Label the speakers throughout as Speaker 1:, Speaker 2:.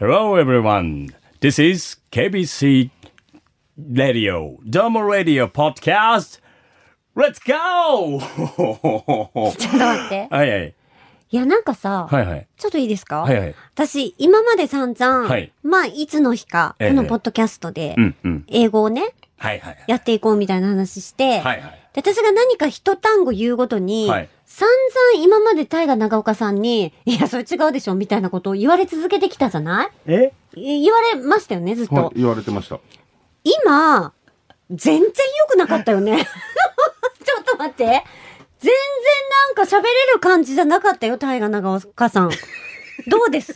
Speaker 1: Hello everyone. This is KBC Radio, Domo Radio Podcast. Let's go!
Speaker 2: ちょっと待って。
Speaker 1: はいはい。
Speaker 2: いや、なんかさ、
Speaker 1: はいはい。
Speaker 2: ちょっといいですか、
Speaker 1: はいはい。
Speaker 2: 私、今まで散々、
Speaker 1: はい
Speaker 2: まあ、いつの日か、
Speaker 1: ええ
Speaker 2: このポッドキャストで
Speaker 1: う、んうん。
Speaker 2: 英語をね、
Speaker 1: はいはい。
Speaker 2: やっていこうみたいな話して、
Speaker 1: はいはい。
Speaker 2: で私が何か一単語言うごとに、
Speaker 1: はい
Speaker 2: 散々今まで大河長岡さんに、いや、それ違うでしょ、みたいなことを言われ続けてきたじゃない
Speaker 1: え
Speaker 2: い言われましたよね、ずっと。
Speaker 3: はい、言われてました。
Speaker 2: 今、全然良くなかったよね。ちょっと待って。全然なんか喋れる感じじゃなかったよ、大河長岡さん。どうです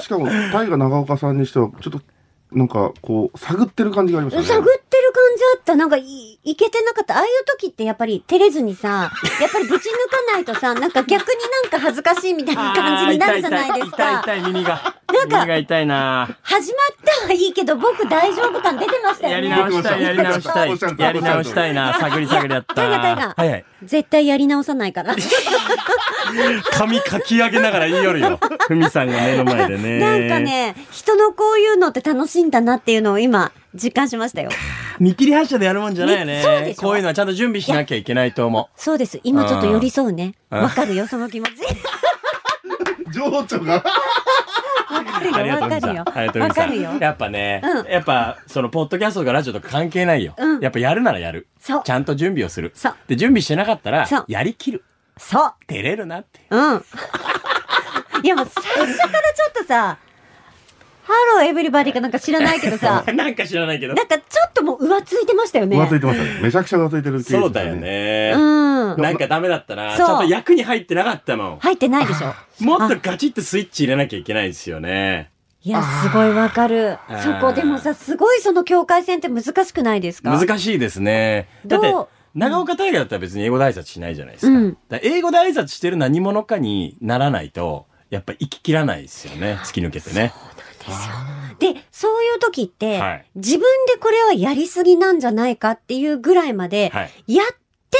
Speaker 3: しかも、大河長岡さんにしては、ちょっと、なんか、こう、探ってる感じがありま
Speaker 2: 探
Speaker 3: し
Speaker 2: ったてる
Speaker 3: ね
Speaker 2: 感。じあった。なんかい、いけてなかった。ああいう時ってやっぱり照れずにさ、やっぱりぶち抜かないとさ、なんか逆になんか恥ずかしいみたいな感じになるじゃないで
Speaker 1: 痛
Speaker 2: す
Speaker 1: い
Speaker 2: か。
Speaker 1: 痛い耳が。
Speaker 2: なんか
Speaker 1: 耳が痛いな。
Speaker 2: 始まったはいいけど、僕大丈夫感出てました
Speaker 1: や
Speaker 2: よ
Speaker 1: り
Speaker 2: ね。
Speaker 1: 直したい、やり直した
Speaker 3: おっしゃる
Speaker 1: い。
Speaker 3: 通り
Speaker 1: やり直したいな。探り探りだったな。
Speaker 2: タイガタイガ
Speaker 1: はいはい。
Speaker 2: 絶対やり直さないから。
Speaker 1: 髪かき上げながら言いよるよ。ふみさんが目の前でね。
Speaker 2: なんか。ね、人のこういうのって楽しいんだなっていうのを今、実感しましたよ。
Speaker 1: 見切り発車でやるもんじゃないよね。
Speaker 2: みそうでしょ
Speaker 1: こういうのはちゃんと準備しなきゃいけないと思う。
Speaker 2: そうです。今ちょっと寄り添うね。
Speaker 1: うん
Speaker 2: わかるよ、その気持ち。
Speaker 3: 情緒が。
Speaker 2: わか るよ、わかるよ。
Speaker 1: ありがとう
Speaker 2: わ
Speaker 1: みさ
Speaker 2: か
Speaker 1: ん
Speaker 2: るよ。
Speaker 1: やっぱね、
Speaker 2: うん
Speaker 1: やっぱ、その、ポッドキャストとかラジオとか関係ないよ。
Speaker 2: うん
Speaker 1: やっぱやるならやる。
Speaker 2: そう
Speaker 1: ちゃんと準備をする。
Speaker 2: そう
Speaker 1: で、準備してなかったら
Speaker 2: そう、
Speaker 1: やりきる。
Speaker 2: そう。
Speaker 1: 照れるなって。
Speaker 2: うん。 いや、もう最初からちょっとさ、ハローエブリバディかなんか知らないけど さ、
Speaker 1: なんか知らないけど。
Speaker 2: なんかちょっともう浮ついてましたよね。
Speaker 3: 浮ついてましたね。めちゃくちゃ浮ついてるケース
Speaker 1: そうだよ。ね
Speaker 2: う。ん。
Speaker 1: なんかダメだったな。ち
Speaker 2: そう
Speaker 1: ゃんと役に入ってなかったもん。
Speaker 2: 入ってないでしょ。
Speaker 1: もっとガチッとスイッチ入れなきゃいけないですよね。
Speaker 2: いや、すごいわかる
Speaker 1: あ。
Speaker 2: そ
Speaker 1: ー
Speaker 2: こでもさ、すごいその境界線って難しくないですか
Speaker 1: 難しいですね。だ
Speaker 2: ど
Speaker 1: っ
Speaker 2: う
Speaker 1: て、長岡大河だったら別に英語で挨拶しないじゃないですか。
Speaker 2: うん
Speaker 1: だから英語で挨拶してる何者かにならないと、やっぱ生ききらないですよね。突き抜けてね。
Speaker 2: で、そういう時って、
Speaker 1: はい
Speaker 2: 自分でこれはやりすぎなんじゃないかっていうぐらいまで、
Speaker 1: はい。
Speaker 2: やっ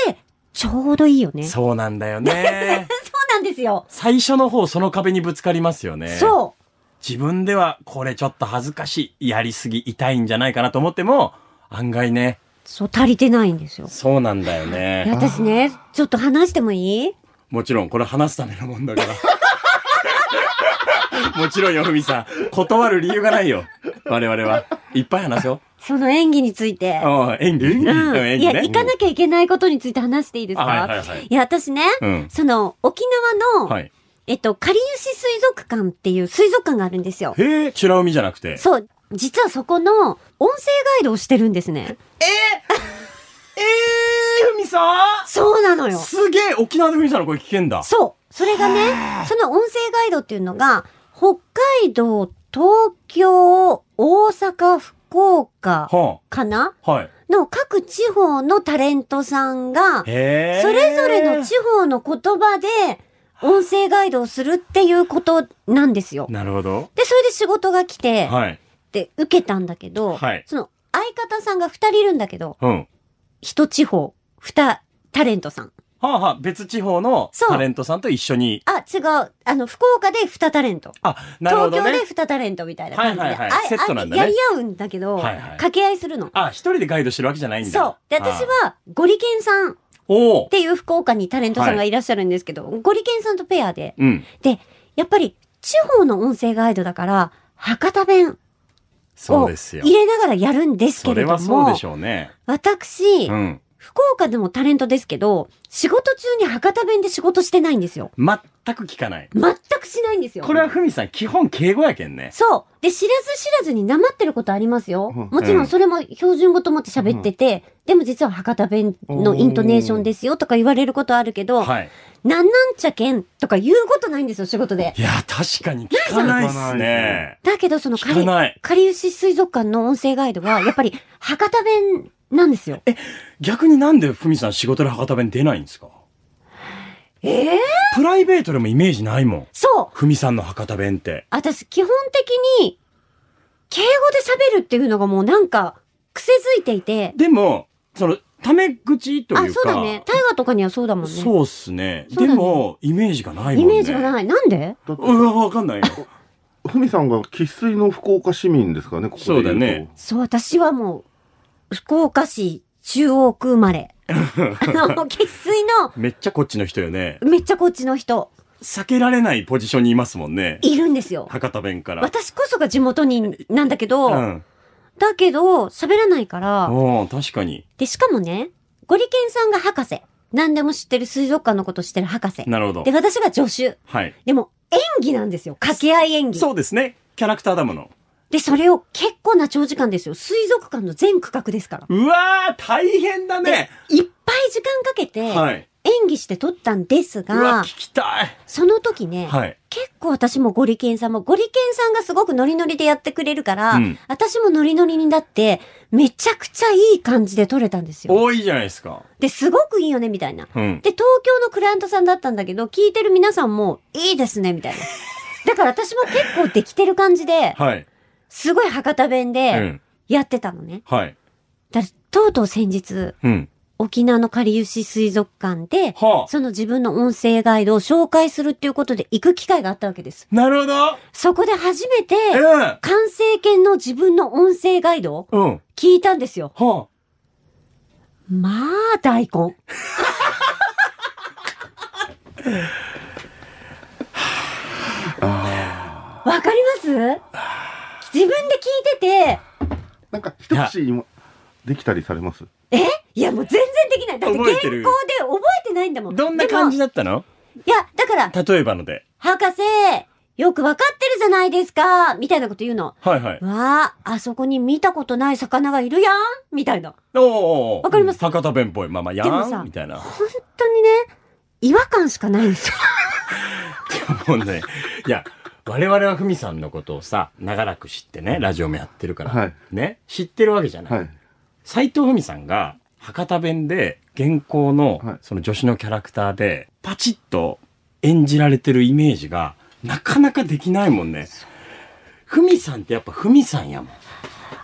Speaker 2: て、ちょうどいいよね。そう
Speaker 1: そうなんだよ ね。
Speaker 2: なんですよ。
Speaker 1: 最初の方、その壁にぶつかりますよね。う。
Speaker 2: そ
Speaker 1: 自分では、これちょっと恥ずかしい、やりすぎ、痛いんじゃないかなと思っても、案外ね。
Speaker 2: う。そう、足りてないんですよ。
Speaker 1: そうなんだよ
Speaker 2: いや
Speaker 1: ね。
Speaker 2: 私ね、ちょっと話してもいい
Speaker 1: もちろん、これ話すためのもんだから。 もちろんよ、ふみさん。断る理由がないよ。我々は。いっぱい話そう。
Speaker 2: その演技について。
Speaker 1: うん、演技。
Speaker 2: うん。
Speaker 1: 演
Speaker 2: いや、
Speaker 1: 技ね
Speaker 2: 行。かなきゃいけないことについて話していいですか、
Speaker 1: あはいはいはい
Speaker 2: や、私ね、
Speaker 1: うん
Speaker 2: その、沖縄の、
Speaker 1: はい。
Speaker 2: えっと、かりゆし水族館っていう水族館があるんですよ。
Speaker 1: へえ、チュラ海じゃなくて。
Speaker 2: そう、実はそこの音声ガイドをしてるんですね。
Speaker 1: ええ、ふみさん
Speaker 2: そうなのよ。
Speaker 1: すげえ、沖縄のふみさんの声聞けんだ。
Speaker 2: そう。それがね、その音声ガイドっていうのが、北海道、東京、大阪、福岡
Speaker 1: は
Speaker 2: かな
Speaker 1: あ、はい。
Speaker 2: の各地方のタレントさんが、
Speaker 1: へえ。
Speaker 2: それぞれの地方の言葉で音声ガイドをするっていうことなんですよ。
Speaker 1: なるほど。
Speaker 2: で、それで仕事が来て、
Speaker 1: はい。
Speaker 2: で、受けたんだけど、
Speaker 1: はい
Speaker 2: その相方さんが二人いるんだけど、
Speaker 1: うん。は
Speaker 2: 一地方、二タレントさん。
Speaker 1: あ、はあ、別地方の
Speaker 2: そう
Speaker 1: タレントさんと一緒に。
Speaker 2: あ、違う。あの、福岡で二タレント。
Speaker 1: あ、なるほ
Speaker 2: 東
Speaker 1: ど
Speaker 2: 京で
Speaker 1: ね。
Speaker 2: 二タレントみたいな感じで、
Speaker 1: はいはいはい
Speaker 2: あい
Speaker 1: セットなんだね
Speaker 2: あやり合うんだけど、
Speaker 1: はいはい
Speaker 2: 掛け合いするの。
Speaker 1: あ、一人でガイドしてるわけじゃないんだ。
Speaker 2: そう。で、私は、ゴリケンさんっ
Speaker 1: あ。おお。
Speaker 2: ていう福岡にタレントさんがいらっしゃるんですけど、ゴリケンさんとペアで、
Speaker 1: うん。
Speaker 2: で、やっぱり地方の音声ガイドだから、博多弁
Speaker 1: そう
Speaker 2: を
Speaker 1: です
Speaker 2: 入
Speaker 1: よ。
Speaker 2: れながらやるんです
Speaker 1: そ
Speaker 2: け
Speaker 1: れ
Speaker 2: れども、
Speaker 1: はそうでしょうね。
Speaker 2: 私、
Speaker 1: うん。
Speaker 2: 福岡でもタレントですけど、仕事中に博多弁で仕事してないんですよ。
Speaker 1: 全く聞かない。
Speaker 2: 全くしないんですよ。
Speaker 1: これはふみさん、基本敬語やけんね。
Speaker 2: そう。で、知らず知らずになまってることありますよ。
Speaker 3: うん
Speaker 2: もちろんそれも標準語と思って喋ってて、でも実は博多弁のイントネーションですよとか言われることあるけど、
Speaker 1: はい。
Speaker 2: なんなんちゃけんとか言うことないんですよ、仕事で。
Speaker 1: いや、確かに聞かないっすね。
Speaker 2: だけど、その
Speaker 1: 聞か
Speaker 2: か
Speaker 1: ない。
Speaker 2: りゆし水族館の音声ガイド は、やっぱり博多弁なんですよ。
Speaker 1: 逆になんでふみさん仕事で博多弁出ないんですか
Speaker 2: ええ
Speaker 1: プライベートでもイメージないもん。
Speaker 2: そう
Speaker 1: ふみさんの博多弁って。
Speaker 2: 私、基本的に、敬語で喋るっていうのがもうなんか、癖づいていて、
Speaker 1: でも、その、タメ口と
Speaker 2: あ、
Speaker 1: いうか。
Speaker 2: そうだね。大河とかにはそうだもんね。
Speaker 1: そうっすね。
Speaker 2: そうだ
Speaker 1: で
Speaker 2: ね
Speaker 1: も、イメージがないもん
Speaker 2: イ
Speaker 1: ね。
Speaker 2: メージがない。なんで
Speaker 3: だっ て
Speaker 1: うわ、わかんないよ。
Speaker 3: ふみさんが生粋の福岡市民ですかね、ここで言うと。
Speaker 1: そうだね。
Speaker 2: そう、私はもう、福岡市中央区生 まれ。あの、生粋の、
Speaker 1: めっちゃこっちの人よね。
Speaker 2: めっちゃこっちの人、
Speaker 1: 避けられないポジションにいますもんね。
Speaker 2: いるんですよ。
Speaker 1: 博多弁から。
Speaker 2: 私こそが地元人なんだけど、
Speaker 1: うん。
Speaker 2: だけど、喋らないから、
Speaker 1: おー確かに。
Speaker 2: で、しかもね、ゴリケンさんが博士。何でも知ってる水族館のこと知ってる博士。
Speaker 1: なるほど
Speaker 2: で、。私が助手。
Speaker 1: はい。
Speaker 2: でも、演技なんですよ。掛け合い演技。
Speaker 1: そうですね。キャラクターだもの。
Speaker 2: で、それを結構な長時間ですよ。水族館の全区画ですから。
Speaker 1: うわー、大変だね。
Speaker 2: いっぱい時間かけて、
Speaker 1: はい。
Speaker 2: 演技して撮ったんです
Speaker 1: うわ、
Speaker 2: が、
Speaker 1: 聞きたい。
Speaker 2: その時ね、
Speaker 1: はい。
Speaker 2: 結構私もゴリケンさんも、ゴリケンさんがすごくノリノリでやってくれるから、
Speaker 1: うん
Speaker 2: 私もノリノリになって、めちゃくちゃいい感じで撮れたんですよ。
Speaker 1: 多いじゃないですか。
Speaker 2: で、すごくいいよね、みたいな。
Speaker 1: うん。
Speaker 2: で、東京のクライアントさんだったんだけど、聞いてる皆さんも、いいですね、みたい な。だから私も結構できてる感じで、
Speaker 1: はい。
Speaker 2: すごい博多弁
Speaker 1: う
Speaker 2: で
Speaker 1: ん。
Speaker 2: やってたのね。
Speaker 1: はい。
Speaker 2: だからとうとう先日、
Speaker 1: うん。
Speaker 2: 沖縄のかりゆし水族館で、
Speaker 1: はあ。
Speaker 2: その自分の音声ガイドを紹介するっていうことで行く機会があったわけです。
Speaker 1: なるほど。
Speaker 2: そこで初めて、
Speaker 1: うん。
Speaker 2: 完成形の自分の音声ガイドを
Speaker 1: うん。
Speaker 2: 聞いたんですよ。
Speaker 1: は
Speaker 2: まあ、大根。わかります自分で聞いてて、
Speaker 3: なんか、一口今、できたりされます
Speaker 2: いやもう全然できない。だって
Speaker 1: 覚
Speaker 2: 健
Speaker 1: え
Speaker 2: 康
Speaker 1: て
Speaker 2: で
Speaker 1: る
Speaker 2: 覚えてないんだも
Speaker 1: あ。
Speaker 2: ん。
Speaker 1: どんな感じ
Speaker 2: で
Speaker 1: だったの
Speaker 2: もいや、だから、
Speaker 1: 例えばので。
Speaker 2: 博士、よくわかってるじゃないですか、みたいなこと言うの。
Speaker 1: はいはい。
Speaker 2: わあ、あそこに見たことない魚がいるやんみたいな。
Speaker 1: おーおーおー
Speaker 2: わかります
Speaker 1: 博多弁っぽい。まあまあ、や
Speaker 2: でもさ
Speaker 1: んみたいな。
Speaker 2: 本当にね、違和感しかないんですよ。
Speaker 1: もうね、いや、我々はふみさんのことをさ、長らく知ってね、ラジオもやってるから、
Speaker 3: はい
Speaker 1: ね、知ってるわけじゃない。
Speaker 3: はい。
Speaker 1: 斉藤ふみさんが、博多弁で、現行の、
Speaker 3: はい
Speaker 1: その女子のキャラクターで、パチッと演じられてるイメージが、なかなかできないもんね。ふみさんってやっぱふみさんやもん。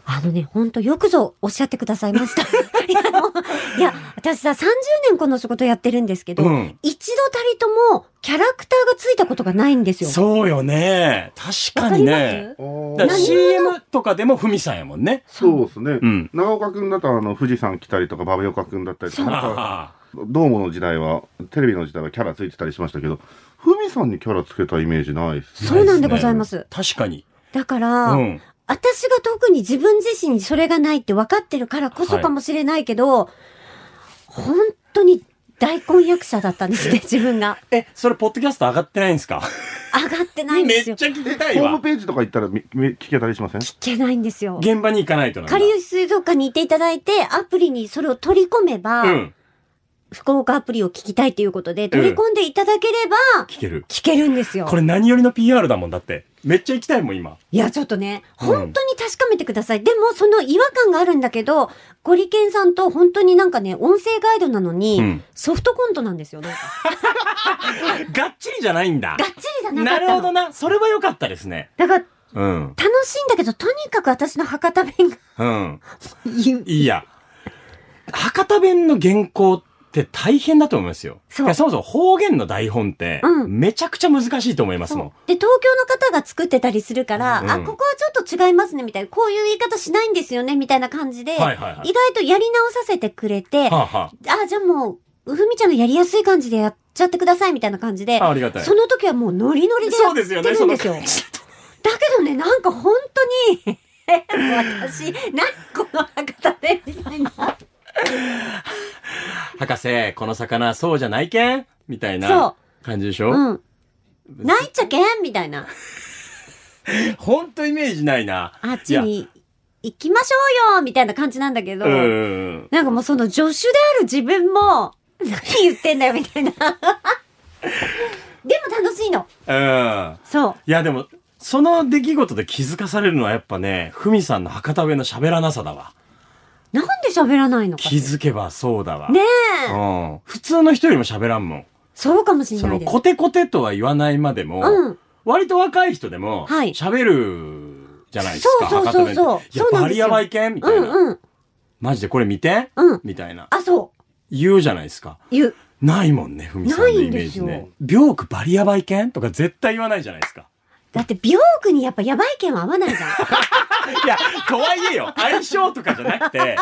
Speaker 2: あのね、ほんとよくぞおっしゃってください ました。いや、もういや私さ、30年この仕事やってるんですけど、
Speaker 1: うん
Speaker 2: 一度たりともキャラクターがついたことがないんですよ。
Speaker 1: そうよね。確
Speaker 2: わ
Speaker 1: か
Speaker 2: か
Speaker 1: に
Speaker 2: りま
Speaker 1: ね
Speaker 2: す。
Speaker 1: だから
Speaker 2: 何
Speaker 1: CM とかでもふみさんやもんね。
Speaker 3: そうですね。
Speaker 1: うん
Speaker 3: 長岡君だと、あの、富士山来たりとか、馬場岡君だったりとか、なんか、
Speaker 1: ああ
Speaker 3: ドームの時代は、テレビの時代はキャラついてたりしましたけど、ふみさんにキャラつけたイメージないっすね。
Speaker 2: そうなんでございます
Speaker 1: ね確かに。
Speaker 2: だから、
Speaker 1: うん。
Speaker 2: 私が特に自分自身にそれがないって分かってるからこそかもしれないけど、本当に大根役者だったんですね、自分が。
Speaker 1: え、それ、ポッドキャスト上がってないんですか
Speaker 2: 上がってないんで
Speaker 1: め
Speaker 2: す
Speaker 1: っ
Speaker 2: よ。
Speaker 1: ちゃ聞きた
Speaker 3: ホ
Speaker 1: い
Speaker 3: ーム
Speaker 1: わ。
Speaker 3: ページとか行ったらみみ聞けたりしません
Speaker 2: 聞けないんですよ。
Speaker 1: 現場に行かないとなんだ
Speaker 2: かりゆし水族館にいていただいて、アプリにそれを取り込めば、
Speaker 1: うん。
Speaker 2: 福岡アプリを聞きたいということで、取り込んでいただければ、
Speaker 1: 聞ける。
Speaker 2: 聞けるんですよ。
Speaker 1: これ何よりの PR だもんだって。めっちゃ行きたいもん、今。
Speaker 2: いや、ちょっとね、
Speaker 1: うん
Speaker 2: 本当に確かめてください。でも、その違和感があるんだけど、ゴリケンさんと本当になんかね、音声ガイドなのに、
Speaker 1: うん
Speaker 2: ソフトコントなんですよ。なんか
Speaker 1: がっちりじゃないんだ
Speaker 2: が。っちりじゃなか
Speaker 1: な
Speaker 2: ったの。
Speaker 1: るほどな。それは良かったですね。
Speaker 2: だから、
Speaker 1: うん。
Speaker 2: 楽しいんだけど、とにかく私の博多弁が、
Speaker 1: うん。
Speaker 2: 言う。
Speaker 1: いや。博多弁の原稿って大変だと思いますよ。
Speaker 2: そう
Speaker 1: いやそもそも方言の台本って、
Speaker 2: うん
Speaker 1: めちゃくちゃ難しいと思いますもん。
Speaker 2: で、東京の方が作ってたりするから、
Speaker 1: うん
Speaker 2: あ、ここはちょっと違いますね、みたいな、こういう言い方しないんですよね、みたいな感じで、
Speaker 1: はいはいはい
Speaker 2: 意外とやり直させてくれて、
Speaker 1: はあ、は
Speaker 2: あ、じゃあもう、ふみちゃんがやりやすい感じでやっちゃってください、みたいな感じで、
Speaker 1: あ、ありがたい。
Speaker 2: その時はもうノリノリでや
Speaker 1: そう
Speaker 2: っ
Speaker 1: です
Speaker 2: て
Speaker 1: よね、
Speaker 2: るんですよ。
Speaker 1: その感じ
Speaker 2: だけどね、なんか本当に、 私、な、この博多弁みたいな。
Speaker 1: 博士、この魚そうじゃないけんみたい
Speaker 2: そ
Speaker 1: な感じでしょ
Speaker 2: うん。ないっちゃけんみたいな。
Speaker 1: ほんとイメージないな。
Speaker 2: あっちに行きましょうよみたいな感じなんだけど、
Speaker 1: いや。うん。
Speaker 2: なんかもうその助手である自分も、 何言ってんだよみたいな。で も楽しいの。
Speaker 1: うん。
Speaker 2: そう。
Speaker 1: いや、でも、その出来事で気づかされるのはやっぱね、ふみさんの博多弁の喋らなさだわ。
Speaker 2: なんで喋らないのか。
Speaker 1: 気づけばそうだわ。
Speaker 2: ねえ、
Speaker 1: うん。普通の人よりも喋らんもん。
Speaker 2: そうかもしれ
Speaker 1: そ
Speaker 2: な
Speaker 1: の、
Speaker 2: いです
Speaker 1: コ。テコテとは言わないまでも、
Speaker 2: うん
Speaker 1: 割と若い人でも、
Speaker 2: はい
Speaker 1: 喋るじゃないですか。
Speaker 2: そうそうそうそ
Speaker 1: 博多弁
Speaker 2: う
Speaker 1: っていや
Speaker 2: そうな
Speaker 1: バ
Speaker 2: んです
Speaker 1: リ
Speaker 2: よ
Speaker 1: ヤバいけんみ
Speaker 2: う
Speaker 1: たいな。
Speaker 2: んうん。
Speaker 1: マジでこれ見て、
Speaker 2: うん
Speaker 1: みたいな。
Speaker 2: あ、そう。
Speaker 1: 言うじゃないですか。
Speaker 2: 言う。
Speaker 1: ないもんね、ふみさんのイメージ
Speaker 2: ないん
Speaker 1: ね。病区バリヤバイけんとか絶対言わないじゃないですか。
Speaker 2: だって、美容区にやっぱやばい件は合わな いじゃん。
Speaker 1: いや、とはいえよ、相性とかじゃなくて、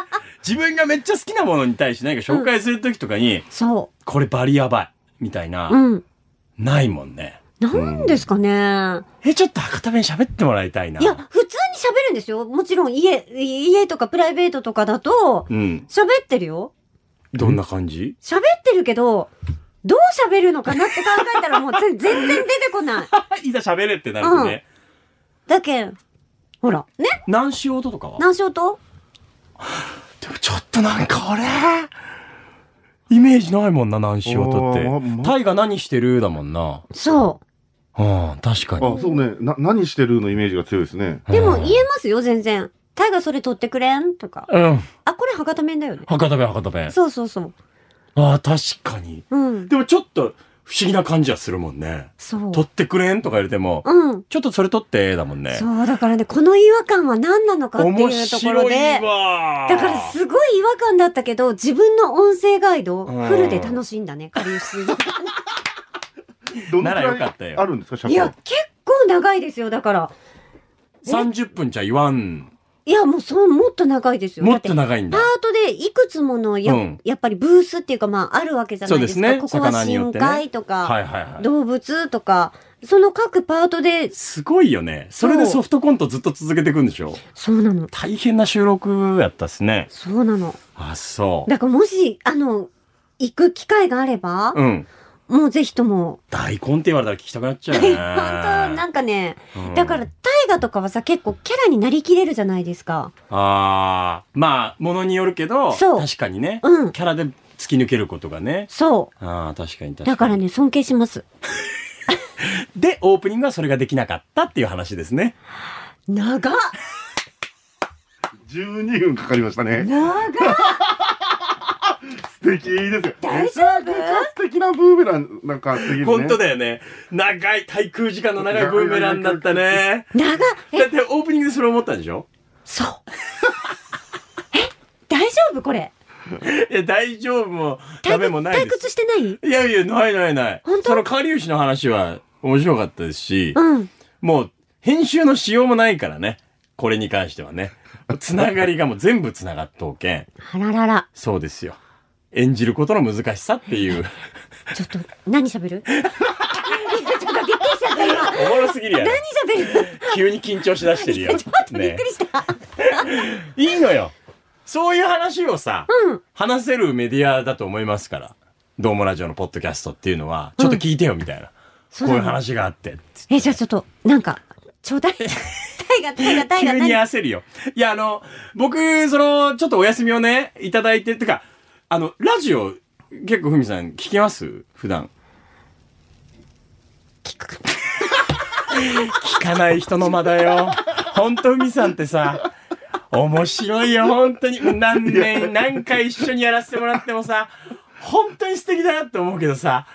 Speaker 1: 自分がめっちゃ好きなものに対して何か紹介するときとかに、
Speaker 2: そ
Speaker 1: これバリやばい、みたいな、
Speaker 2: う。うん。
Speaker 1: ないもんね。
Speaker 2: なんですかね。
Speaker 1: え、ちょっと博多弁喋ってもらいたいな。
Speaker 2: いや、普通に喋るんですよ。もちろん家、家とかプライベートとかだと、
Speaker 1: うん。
Speaker 2: 喋ってるよ。
Speaker 1: どんな感じ
Speaker 2: 喋ってるけど、どう喋るのかなって考えたらもう全全然出てこない。
Speaker 1: いざ喋れってなるとね。
Speaker 2: だけん、ほら、ね
Speaker 1: 何しようととかは
Speaker 2: 何しようと
Speaker 1: でもちょっとなんか俺、イメージないもんな、何しようとっ
Speaker 3: あー
Speaker 1: て。
Speaker 3: ま
Speaker 1: タイが何してるだもんな。
Speaker 2: そ
Speaker 1: うん、確かに。
Speaker 3: あ、そうね。な、何してるのイメージが強いですね。
Speaker 2: う。でも
Speaker 1: うん
Speaker 2: 言えますよ、全然。タイがそれ取ってくれんとか。
Speaker 1: うん。
Speaker 2: あ、これ博多弁だよね。
Speaker 1: 博多弁、博多弁。
Speaker 2: そうそうそう。
Speaker 1: ああ、確かに。
Speaker 2: うん。
Speaker 1: でもちょっと不思議な感じはするもんね。
Speaker 2: そう。
Speaker 1: 取ってくれんとか言われても、
Speaker 2: うん。
Speaker 1: ちょっとそれ取って、だもんね。
Speaker 2: そう、だからね、この違和感は何なのかっていうところ
Speaker 1: 面白
Speaker 2: で
Speaker 1: い。わー
Speaker 2: だからすごい違和感だったけど、自分の音声ガイド、
Speaker 1: うん
Speaker 2: フルで楽しんだね、かりゆし水族館
Speaker 3: ど
Speaker 1: な
Speaker 3: の
Speaker 1: ら
Speaker 3: く
Speaker 1: よからった
Speaker 3: い
Speaker 1: よ
Speaker 3: あるんですか、
Speaker 2: い
Speaker 3: 尺
Speaker 2: や
Speaker 3: は、。
Speaker 2: 結構長いですよ、だから。
Speaker 1: 30分じゃ言わん。
Speaker 2: いや、もうそう、もっと長いですよ。
Speaker 1: もっと
Speaker 2: だって
Speaker 1: 長いん
Speaker 2: パ
Speaker 1: だ。
Speaker 2: ートでいくつものや,、
Speaker 1: うん
Speaker 2: やっぱりブースっていうかまああるわけじゃないです
Speaker 1: そ
Speaker 2: か。
Speaker 1: うですね
Speaker 2: ここは
Speaker 1: 魚によっ
Speaker 2: 深
Speaker 1: てね
Speaker 2: 海とか、
Speaker 1: はいはいはい。
Speaker 2: 動物とか、その各パートです
Speaker 1: ごいよね。それでソフトコントずっと続けていくんでしょ
Speaker 2: そうなの。
Speaker 1: 大変な収録やったっすね。
Speaker 2: そうなの。
Speaker 1: あ、そう。
Speaker 2: だからもし、あの、行く機会があれば、
Speaker 1: うん。
Speaker 2: もうぜひとも、
Speaker 1: 大根って言われたら聞きたくなっちゃ
Speaker 2: 本
Speaker 1: うね。
Speaker 2: 当なんかね、
Speaker 1: うん
Speaker 2: だから、大河とかはさ、結構キャラになりきれるじゃないですか。
Speaker 1: ああ、まあ、ものによるけど、
Speaker 2: そう
Speaker 1: 確かにね、
Speaker 2: うん
Speaker 1: キャラで突き抜けることがね。
Speaker 2: そ
Speaker 1: ああ、確かに確か
Speaker 2: う。
Speaker 1: に。
Speaker 2: だからね、尊敬します。
Speaker 1: で、オープニングはそれができなかったっていう話ですね。
Speaker 2: 長っ
Speaker 3: 12分かかりましたね。
Speaker 2: 長っ
Speaker 3: 素敵ですよ。
Speaker 2: 大丈夫
Speaker 3: めちゃめちゃ素敵なブーメラン、なんか素敵ですね。
Speaker 1: 本当だよね。長い、滞空時間の長いブーメランだったね。
Speaker 2: 長っ
Speaker 1: だ
Speaker 2: え、
Speaker 1: ってオープニングでそれ思ったんでしょ
Speaker 2: そう。え、大丈夫これ。
Speaker 1: いや、大丈夫も、ダメ
Speaker 2: 退屈
Speaker 1: もない
Speaker 2: 退
Speaker 1: です。
Speaker 2: 屈してない
Speaker 1: いやいや、ないないない。
Speaker 2: 本当
Speaker 1: その、かりゆしの話は面白かったですし、
Speaker 2: うん。
Speaker 1: もう、編集のしようもないからね。これに関してはね。つながりがもう全部つながっとうけん。
Speaker 2: あららら。
Speaker 1: そうですよ。演じることの難しさっていう。
Speaker 2: ちょっと、何喋る いやちょっとびっくりしちゃった今。
Speaker 1: おもろすぎるやろ。
Speaker 2: 何喋る
Speaker 1: 急に緊張しだしてるよ。
Speaker 2: ちょっとびっくりした。
Speaker 1: いいのよ。そういう話をさ、
Speaker 2: うん
Speaker 1: 話せるメディアだと思いますから。どうもラジオのポッドキャストっていうのは、ちょっと聞いてよみたいな。
Speaker 2: そう
Speaker 1: こ
Speaker 2: だ
Speaker 1: うい
Speaker 2: ね
Speaker 1: う話があって。
Speaker 2: え、じゃあちょっと、なんか、ちょ うだい。大河、大河、大
Speaker 1: 急
Speaker 2: 河、
Speaker 1: に
Speaker 2: 何
Speaker 1: 焦るよ。いや、あの、僕、その、ちょっとお休みをね、いただいて、てか、あの、ラジオ、結構ふみさん聞きます普段。
Speaker 2: 聞くか
Speaker 1: 聞かない人の間だよ。ほんとふみさんってさ、面白いよ、本当に。何年、何回一緒にやらせてもらってもさ、本当に素敵だなって思うけどさ、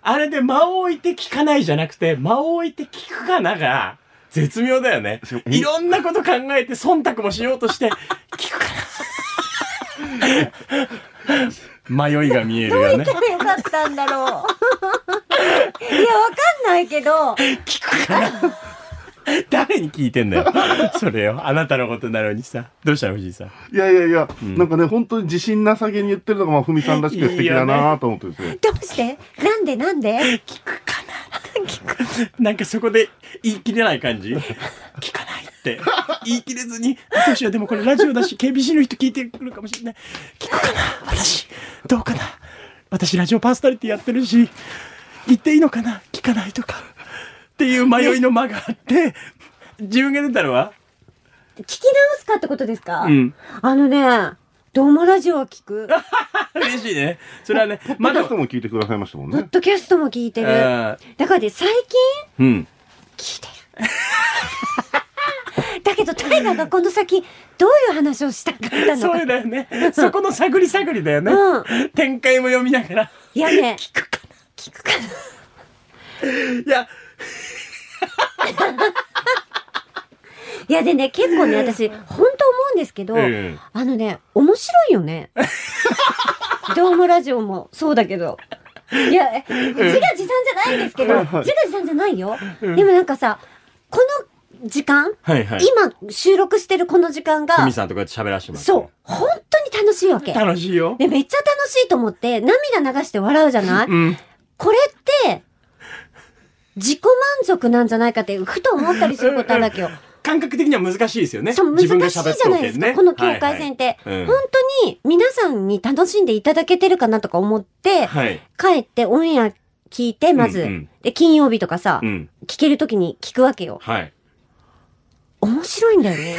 Speaker 1: あれで間を置いて聞かないじゃなくて、間を置いて聞くかなが、絶妙だよね。いろんなこと考えて、忖度もしようとして、聞くかな。迷いが見えるよね。
Speaker 2: な。よかったんだろう。いや、わかんないけど、
Speaker 1: 聞くかな。 誰に聞いてんだよ。 それよ。あなたのことなのにさ。どうしたの藤井さん。
Speaker 3: いやいやいや、なんかね、本当に自信なさげに言ってるのが、まあ、ふみさんらしくて素敵だなと思ってですね。
Speaker 2: どうしてなんでなんで
Speaker 1: 聞くかななんかそこで言い切れない感じ 聞かないって言い切れずに「どうしようでもこれラジオだし KBC の人聞いてくるかもしれない聞くかな私どうかな私ラジオパーソナリティやってるし言っていいのかな聞かないとか」っていう迷いの間があって自分が出たのは
Speaker 2: 聞き直すかってことですか、
Speaker 1: うん
Speaker 2: あのね、どうもラジオは聞く。
Speaker 1: 嬉しいねそれはね
Speaker 3: ポッ
Speaker 1: まだ
Speaker 3: ドキャストも聞いてくださいましたもん
Speaker 2: ポッ
Speaker 3: ね。
Speaker 2: ドキャストも聞いてる。
Speaker 1: あー
Speaker 2: だからね、最
Speaker 1: う
Speaker 2: 近
Speaker 1: ん
Speaker 2: 聞いて る。だけど、タイガーがこの先、どういう話をしたかったの
Speaker 1: そ
Speaker 2: か。
Speaker 1: うだよねそこの探り探りだよね、
Speaker 2: う
Speaker 1: 展開も読みながら
Speaker 2: いやね、
Speaker 1: 聞くかな
Speaker 2: 聞くかな。
Speaker 1: いや
Speaker 2: いやでね、結構ね、私、本当思うんですけど、
Speaker 1: ええ
Speaker 2: あのね、面白いよね。 ドームラジオもそうだけど。いや、え自画自賛じゃないんですけど、
Speaker 3: はい
Speaker 2: 自画
Speaker 3: はい
Speaker 2: 自賛じゃないよ。でもなんかさ、時間、
Speaker 1: はいはい。
Speaker 2: 今収録してるこの時間が
Speaker 1: ふ、みさんとこうやって喋らしてます、
Speaker 2: そう、本当に楽しいわけ。
Speaker 1: 楽しいよ。
Speaker 2: で、めっちゃ楽しいと思って、涙流して笑うじゃない
Speaker 1: うん。
Speaker 2: これって、自己満足なんじゃないかって、ふと思ったりすることあるわけよ。
Speaker 1: 感覚的には難しいですよね。
Speaker 2: そう、難しい
Speaker 1: 自
Speaker 2: じゃ
Speaker 1: 分が喋ってお
Speaker 2: な
Speaker 1: け
Speaker 2: いですか、
Speaker 1: ね
Speaker 2: この境界線って。
Speaker 1: はいはいうん
Speaker 2: 本当に皆さんに楽しんでいただけてるかなとか思って、
Speaker 1: はいはい。
Speaker 2: 帰ってオンエア聞いて、まず、
Speaker 1: うんうん
Speaker 2: で、金曜日とかさ、
Speaker 1: うん。
Speaker 2: 聞けるときに聞くわけよ。
Speaker 1: はい。
Speaker 2: 面白いんだよね。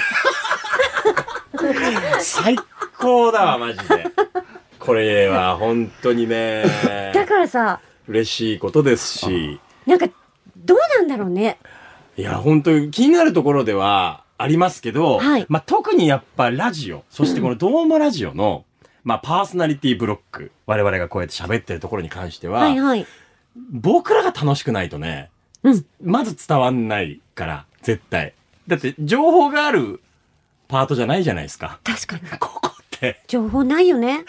Speaker 1: 最高だわ、 マジで。 これは本当にね、
Speaker 2: だからさ、
Speaker 1: 嬉しいことですし、
Speaker 2: なんか、どうなんだろうね。
Speaker 1: いや、本当に気になるところではありますけど、
Speaker 2: はい
Speaker 1: まあ特にやっぱラジオ、そしてこのどうもラジオの、まあパーソナリティブロック、我々がこうやって喋ってるところに関しては、
Speaker 2: はいはい。
Speaker 1: 僕らが楽しくないとね、
Speaker 2: うん。
Speaker 1: まず伝わんないから、絶対。だって、情報があるパートじゃないじゃないですか。
Speaker 2: 確かに。
Speaker 1: ここって。
Speaker 2: 情報ないよね。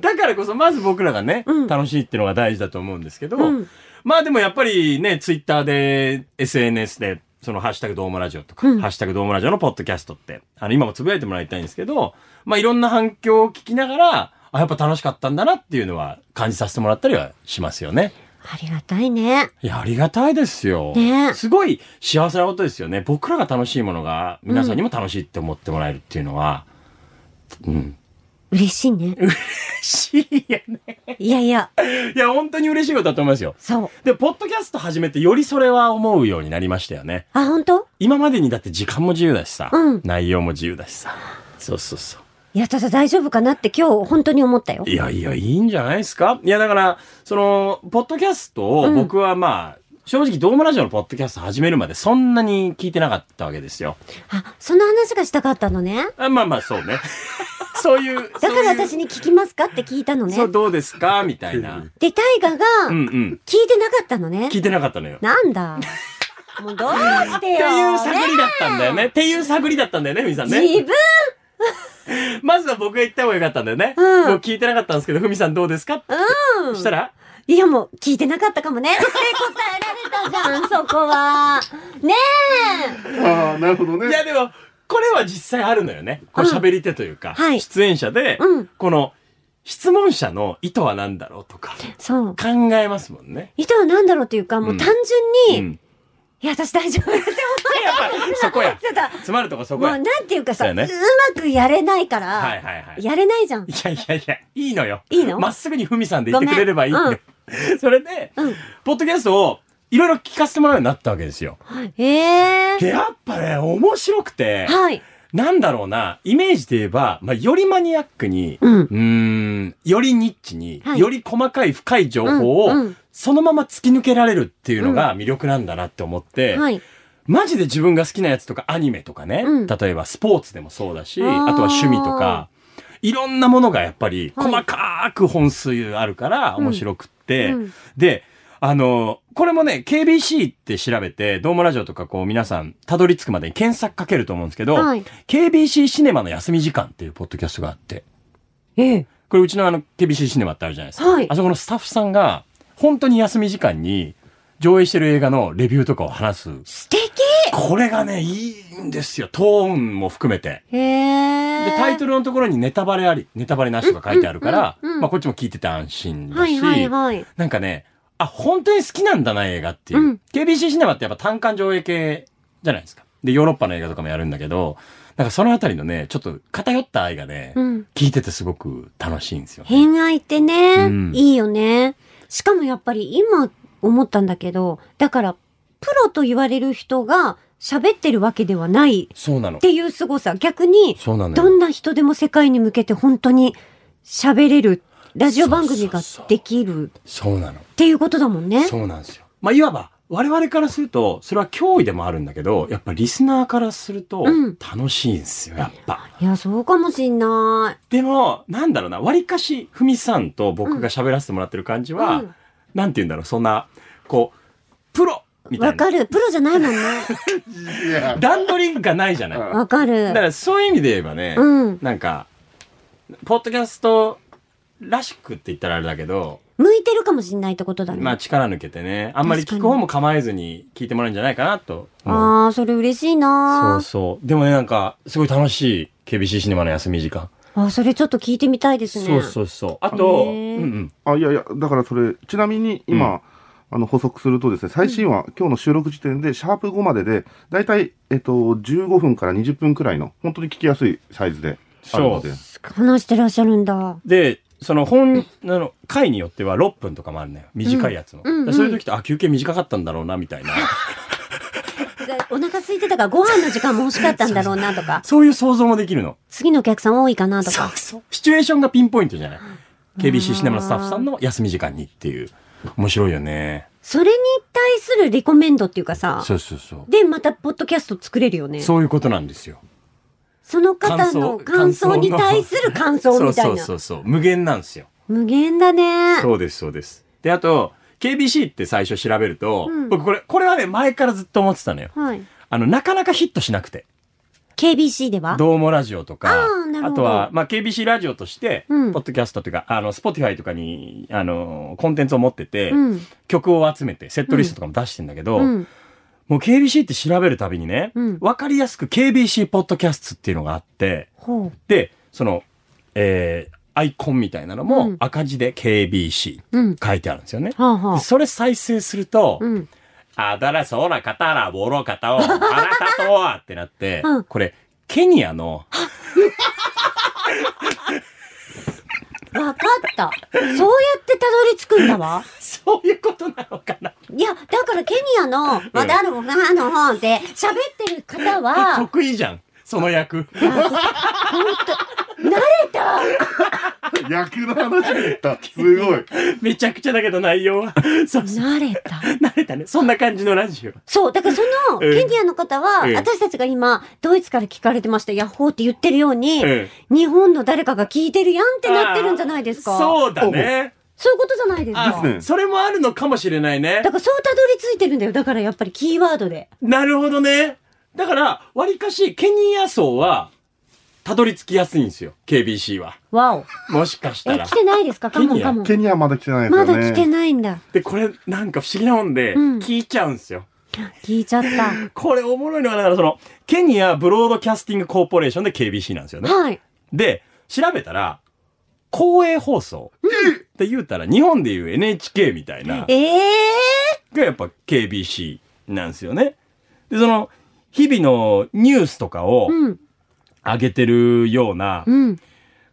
Speaker 1: だからこそ、まず僕らがね、
Speaker 2: うん
Speaker 1: 楽しいっていうのが大事だと思うんですけど、
Speaker 2: うん
Speaker 1: まあでもやっぱりね、ツイッターで、SNS で、そのハッシュタグドームラジオとか、
Speaker 2: うん
Speaker 1: ハッシュタグドームラジオのポッドキャストって、あの、今もつぶやいてもらいたいんですけど、まあいろんな反響を聞きながら、あ、やっぱ楽しかったんだなっていうのは感じさせてもらったりはしますよね。
Speaker 2: ありがたいね。
Speaker 1: いや、ありがたいですよ。
Speaker 2: ねえ
Speaker 1: すごい幸せなことですよね。僕らが楽しいものが、皆さんにも楽しいって思ってもらえるっていうのは、うん。
Speaker 2: 嬉しい ね。
Speaker 1: 嬉しいよね。
Speaker 2: いやいや、
Speaker 1: いや、本当に嬉しいことだと思いますよ。
Speaker 2: そう。
Speaker 1: で、ポッドキャスト始めて、よりそれは思うようになりましたよね。
Speaker 2: あ、本当
Speaker 1: 今までにだって時間も自由だしさ、
Speaker 2: うん
Speaker 1: 内容も自由だしさ。そうそうそう。
Speaker 2: いや、ただ大丈夫かなって今日本当に思ったよ。
Speaker 1: いやいや、いいんじゃないですかいや、だから、その、ポッドキャストを僕はまあ、正直、ドームラジオのポッドキャスト始めるまでそんなに聞いてなかったわけですよ。
Speaker 2: あ、その話がしたかったのね。
Speaker 1: あまあまあ、そう ね。そういう。
Speaker 2: だか
Speaker 1: そ
Speaker 2: ら
Speaker 1: う
Speaker 2: 私に聞きますかって聞いたの
Speaker 1: いう
Speaker 2: ね。
Speaker 1: そう、どうですかみたい な。
Speaker 2: で、タイガが
Speaker 1: うんうん。
Speaker 2: 聞いてなかったのね。
Speaker 1: 聞いてなかったのよ。っ
Speaker 2: な んだ。もうどうしてよ。
Speaker 1: ていう探り
Speaker 2: ね
Speaker 1: だったんだよね。っていう探りだったんだよね、みさんね。
Speaker 2: 自分
Speaker 1: まずは僕が言った方がよかったんだよね。
Speaker 2: うん
Speaker 1: もう聞いてなかったんですけど、ふみさんどうですかって、
Speaker 2: うん
Speaker 1: したら、
Speaker 2: いやもう聞いてなかったか もね。って答えられたじゃん、そこは。ねえ。
Speaker 3: ああ、なるほど
Speaker 1: いやでも、これは実際あるのよね。こう
Speaker 2: うん
Speaker 1: 喋り手というか、
Speaker 2: はい
Speaker 1: 出演者で、
Speaker 2: うん
Speaker 1: この、質問者の意図は何だろうとか、
Speaker 2: そう。
Speaker 1: 考えますもんね。
Speaker 2: 意図は何だろうっていうか、もう単純に、
Speaker 1: うん。
Speaker 2: いや、私大丈夫だって思
Speaker 1: やっぱ、 そこや
Speaker 2: っ。てた。
Speaker 1: 詰まるとこそ
Speaker 2: も
Speaker 1: こ
Speaker 2: う
Speaker 1: や。
Speaker 2: なんていうかさ、
Speaker 1: そう
Speaker 2: う
Speaker 1: やね
Speaker 2: まくやれないから、
Speaker 1: はいはいはい。
Speaker 2: やれないじゃん
Speaker 1: い。やいやいや、いいのよ。
Speaker 2: いいの
Speaker 1: まっすぐにふみさんで言ってくれればいいん
Speaker 2: ご
Speaker 1: だ
Speaker 2: め
Speaker 1: よ
Speaker 2: ん
Speaker 1: それで、
Speaker 2: うん
Speaker 1: ポッドキャストをいろいろ聞かせてもらうようになったわけですよ。
Speaker 2: ええ
Speaker 1: で、やっぱね、面白くて、
Speaker 2: はい。
Speaker 1: なんだろうな、イメージで言えば、まあ、よりマニアックに、
Speaker 2: うん
Speaker 1: ーんよりニッチに、
Speaker 2: はい
Speaker 1: より細かい深い情報を、
Speaker 2: うんうん
Speaker 1: そのまま突き抜けられるっていうのが魅力なんだなって思って、
Speaker 2: はい。
Speaker 1: マジで自分が好きなやつとかアニメとかね、
Speaker 2: うん
Speaker 1: 例えばスポーツでもそうだし、
Speaker 2: あー
Speaker 1: あとは趣味とか、いろんなものがやっぱり
Speaker 2: はい
Speaker 1: 細かく本数あるから面白くって、
Speaker 2: うん
Speaker 1: で、あの、これもね、KBC って調べて、ドームラジオとかこう皆さんたどり着くまでに検索かけると思うんですけど、
Speaker 2: はい
Speaker 1: KBC シネマの休み時間っていうポッドキャストがあって、
Speaker 2: ええ。
Speaker 1: これうちのあの KBC シネマってあるじゃないですか。
Speaker 2: はい
Speaker 1: あそこのスタッフさんが、本当に休み時間に上映してる映画のレビューとかを話す
Speaker 2: 素敵
Speaker 1: これがね、いいんですよ。トーンも含めて。
Speaker 2: へえ。
Speaker 1: で、タイト
Speaker 2: ル。
Speaker 1: ルのところにネタバレあり、ネタバレなしとか書いてあるから、
Speaker 2: うんうんうん
Speaker 1: まあこっちも聞いてて安心だし、
Speaker 2: はいはいはい。
Speaker 1: なんかね、あ、本当に好きなんだな、映画っていう。
Speaker 2: うん
Speaker 1: KBC シネマってやっぱ単館上映系じゃないですか。で、ヨーロッパの映画とかもやるんだけど、なんかそのあたりのね、ちょっと偏った愛がね、
Speaker 2: うん。
Speaker 1: 聞いててすごく楽しいんですよね、
Speaker 2: 偏愛ってね、
Speaker 1: うん
Speaker 2: いいよね。しかもやっぱり今思ったんだけど、だから、プロと言われる人が喋ってるわけではない
Speaker 1: そうなの
Speaker 2: っ。ていう凄さ。逆に、
Speaker 1: そうなの
Speaker 2: ど
Speaker 1: よ。
Speaker 2: んな人でも世界に向けて本当に喋れる、ラジオ番組ができる
Speaker 1: そうなの。
Speaker 2: っていうことだもんね。
Speaker 1: そうなんですよ。まあ、いわば、我々からすると、それは脅威でもあるんだけど、やっぱリスナーからすると
Speaker 2: うん、
Speaker 1: 楽しいんですよ、やっぱ。
Speaker 2: いや、そうかもしんな
Speaker 1: でも、なんだろうな、割かし、ふみさんと僕が喋らせてもらってる感じ
Speaker 2: い。
Speaker 1: は、
Speaker 2: うん
Speaker 1: なんて言うんだろう、そんな、こう、プロみた
Speaker 2: わ
Speaker 1: いな
Speaker 2: か。る。プロじゃないもんね。
Speaker 3: いや、
Speaker 1: 段取りがないじゃない。
Speaker 3: うん
Speaker 2: わかる
Speaker 1: だか。ら、そういう意味で言えばね、
Speaker 2: うん。
Speaker 1: なんか、ポッドキャストらしくって言ったらあれだけど、
Speaker 2: 向いてるかもしれないってことだね。
Speaker 1: まあ力抜けてね。あんまり聞く方も構えずに聞いてもらうんじゃないかなと思う。
Speaker 2: ああ、それ嬉しい
Speaker 1: そ
Speaker 2: な
Speaker 1: うそう。でもね、なんか、すごい楽しい KBC シネマの休み時間。
Speaker 2: あ、それちょっと聞いてみたいですね。
Speaker 1: そうそうそう。あと、うん
Speaker 2: へー
Speaker 1: うん。
Speaker 3: あいやいやだからそれちなみに今、あの補足するとですね最新話、今日の収録時点でシャープ5までで大体、えっと、15分から20分くらいの本当に聞きやすいサイズであるので
Speaker 2: 話してらっしゃるんだ。
Speaker 1: で、その本、あの、回によっては6分とかもあるのよ。短いやつの。
Speaker 2: うんうん
Speaker 1: でそういう時って、あ、休憩短かったんだろうな、みたいな。
Speaker 2: でお腹空いてたからご飯の時間も欲しかったんだろうなとか、
Speaker 1: そういう想像もできるの。
Speaker 2: 次のお客さん多いかなとか。
Speaker 1: そう。シチュエーションがピンポイントじゃない。KBC シネマのスタッフさんの休み時間にっていう。面白いよね。
Speaker 2: それに対するリコメンドっていうかさ、
Speaker 1: そうそうそう。
Speaker 2: で、またポッドキャスト作れるよね。そ
Speaker 1: そういうことなんですよ。
Speaker 2: の方の
Speaker 1: 感
Speaker 2: 感
Speaker 1: 想
Speaker 2: 想に対する感想みた
Speaker 1: そ。う
Speaker 2: いな
Speaker 1: そうそうそう。無限なんですよ。
Speaker 2: 無限だね。
Speaker 1: そうです、そうです。で、あと、KBC って最初調べると、
Speaker 2: うん
Speaker 1: 僕これ、これはね、前からずっと思ってたのよ。
Speaker 2: はい。
Speaker 1: あの、なかなかヒットしなくて。
Speaker 2: KBC では
Speaker 1: どうもラジオとか、
Speaker 2: あーなる
Speaker 1: あ
Speaker 2: ほ
Speaker 1: と
Speaker 2: ど
Speaker 1: は、まあ、KBC ラジオとして、
Speaker 2: うん
Speaker 1: ポッドキャストというか、あの、Spotify とかに、あの、コンテンツを持ってて、
Speaker 2: うん。
Speaker 1: 曲を集めて、セットリストとかも出してんだけど、
Speaker 2: うん。
Speaker 1: もう KBC って調べるたびにね
Speaker 2: うん、
Speaker 1: わ、かりやすく KBC ポッドキャストっていうのがあって、
Speaker 2: ほう。
Speaker 1: で、その、えー、アイコンみたいなのも
Speaker 2: うん
Speaker 1: 赤字で KBC
Speaker 2: うん。
Speaker 1: 書いてあるんですよね。
Speaker 2: はあは
Speaker 1: で
Speaker 2: あ。
Speaker 1: それ再生すると、
Speaker 2: うん。
Speaker 1: あだらそうな方らボロ方を、あなたとはってなって、
Speaker 2: うん
Speaker 1: これ、ケニアの、
Speaker 2: わかった。そうやってたどり着くんだわ。
Speaker 1: そういうことなのかな。
Speaker 2: いや、だからケニアの、まだあるもなあの本で喋ってる方 は、
Speaker 1: 得意じゃん。その役。
Speaker 3: 役の話で言ったすごい
Speaker 1: めちゃくちゃだけど内容は。そうそう。
Speaker 2: 慣れた。
Speaker 1: 慣れたね。そんな感じのラジオ。
Speaker 2: そう、だからそ
Speaker 1: う
Speaker 2: の、
Speaker 1: ん
Speaker 2: ケニアの方は、
Speaker 1: うん
Speaker 2: 私たちが今、ドイツから聞かれてました、ヤッホーって言ってるように、
Speaker 1: うん
Speaker 2: 日本の誰かが聞いてるやんってなってるんじゃないですか。う。
Speaker 1: そうだね。
Speaker 2: そういうことじゃないです
Speaker 1: あ
Speaker 2: か。
Speaker 3: ですね
Speaker 1: それもあるのかもしれないね
Speaker 2: だ。からそうたどり着いてるんだよ。だからやっぱりキーワードで。
Speaker 1: なるほどね。だから、わりかし、ケニア層は、たどり着きやすいんですよ。KBC は。
Speaker 2: わお。
Speaker 1: もしかした
Speaker 2: え、
Speaker 1: ら
Speaker 2: 来。てないですかカモンカモン。
Speaker 3: ケニアまだ来てないです
Speaker 2: ま
Speaker 3: よね
Speaker 2: だ来てないんだ。
Speaker 1: で、これ、なんか不思議なもんで、
Speaker 2: うん
Speaker 1: 聞いちゃうんですよ。
Speaker 2: 聞いちゃった。
Speaker 1: これおもろいのは、だからその、ケニアブロードキャスティングコーポレーションで KBC なんですよね。
Speaker 2: はい。
Speaker 1: で、調べたら、公営放送。って言うたら、日本でいう NHK みたいな、
Speaker 2: ええ
Speaker 1: がやっぱ KBC なんですよね。で、その、日々のニュースとかを
Speaker 2: ー、うん。
Speaker 1: 上げてるような
Speaker 2: うん。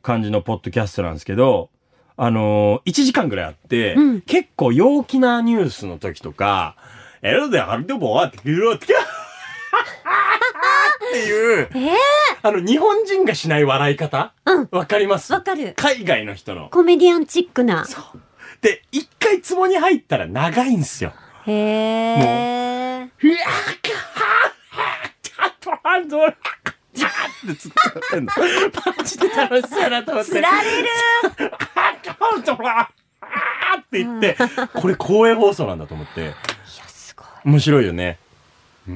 Speaker 1: 感じのポッドキャストなんですけど、あのー、1時間ぐらいあって、
Speaker 2: うん
Speaker 1: 結構陽気なニュースの時とか、エロであれでもあってくろって、 っていう、
Speaker 2: ええ
Speaker 1: あの、日本人がしない笑い方
Speaker 2: うん。
Speaker 1: わかります
Speaker 2: わかる。
Speaker 1: 海外の人の。
Speaker 2: コメディアンチックな。
Speaker 1: で、一回壺に入ったら長いんすよ。
Speaker 2: へえ。
Speaker 1: うわかーはーちょっとってずっとやってんの。マジで楽しそうやなと思って。
Speaker 2: つられ る。
Speaker 1: あっとほらあーって言って、これ公営放送なんだと思って。
Speaker 2: いや、すごい。
Speaker 1: 面白いよね。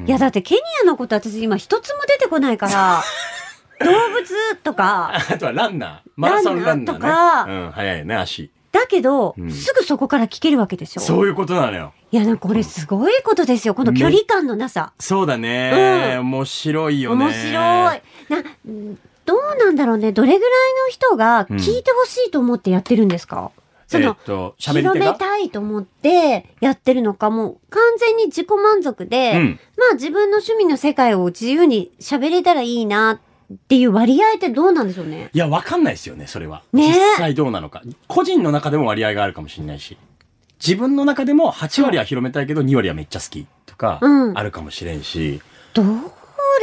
Speaker 2: いや、だってケニアのこと私今一つも出てこない から、動物とか、
Speaker 1: あとはランナー。マラソンランナーね。
Speaker 2: ランナーと
Speaker 1: うん、早いね、足。
Speaker 2: だけど、
Speaker 1: うん
Speaker 2: すぐそこから聞けるわけでしょ。
Speaker 1: そういうことなのよ。
Speaker 2: いや、なんかこれすごいことですよ。この距離感のなさ。
Speaker 1: そうだね。
Speaker 2: う
Speaker 1: 面白いよね。
Speaker 2: 面白い。な、どうなんだろうね。どれぐらいの人が聞いてほしいと思ってやってるんですか、そ
Speaker 1: え
Speaker 2: の
Speaker 1: っ、と、喋り
Speaker 2: 広
Speaker 1: 手
Speaker 2: め
Speaker 1: が。
Speaker 2: たいと思ってやってるのか、もう完全に自己満足で、
Speaker 1: うん。
Speaker 2: まあ自分の趣味の世界を自由に喋れたらいいなっていう割合ってどうなんでしょうね。
Speaker 1: いや、わかんないですよね、それは。
Speaker 2: ねえ
Speaker 1: 実際どうなのか。個人の中でも割合があるかもしれないし。自分の中でも8割は広めたいけど2割はめっちゃ好きとか
Speaker 2: う、ん
Speaker 1: あるかもしれんし。
Speaker 2: ど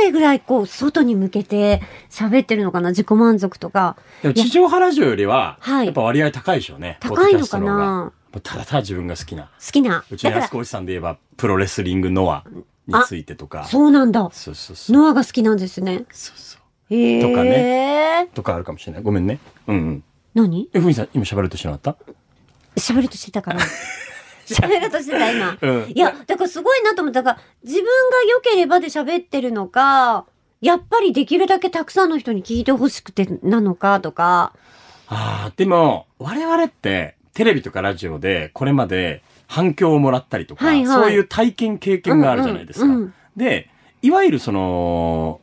Speaker 2: れぐらいこう外に向けて喋ってるのかな自己満足とか。
Speaker 1: でも地上波ラジオよりは、
Speaker 2: はい
Speaker 1: やっぱ割合高いでしょうね。
Speaker 2: 高い
Speaker 1: ポッ
Speaker 2: のかな
Speaker 1: ドキャストの方がもうただただ自分が好きな。
Speaker 2: 好きな。
Speaker 1: うち
Speaker 2: だ
Speaker 1: の
Speaker 2: か
Speaker 1: 安
Speaker 2: ら、
Speaker 1: 子おじさんで言えば、プロレスリングノアについてとか。
Speaker 2: そうなんだ。
Speaker 1: そうそうそう。
Speaker 2: ノアが好きなんですね。
Speaker 1: そうそう。
Speaker 2: ええー。
Speaker 1: とか
Speaker 2: ね。
Speaker 1: とかあるかもしれない。ごめんね。うんうん。
Speaker 2: 何
Speaker 1: え、ふみさん、今喋るとしなかった
Speaker 2: 喋るとして たから。喋るとしてた今。
Speaker 1: うん
Speaker 2: いや、だからすごいなと思っただから、自分が良ければで喋ってるのか、やっぱりできるだけたくさんの人に聞いてほしくてなのかとか。
Speaker 1: ああ、でも、我々って、テレビとかラジオで、これまで反響をもらったりとか、
Speaker 2: はいはい
Speaker 1: そういう体験経験があるじゃないですか。
Speaker 2: うんうんうん
Speaker 1: で、いわゆるその、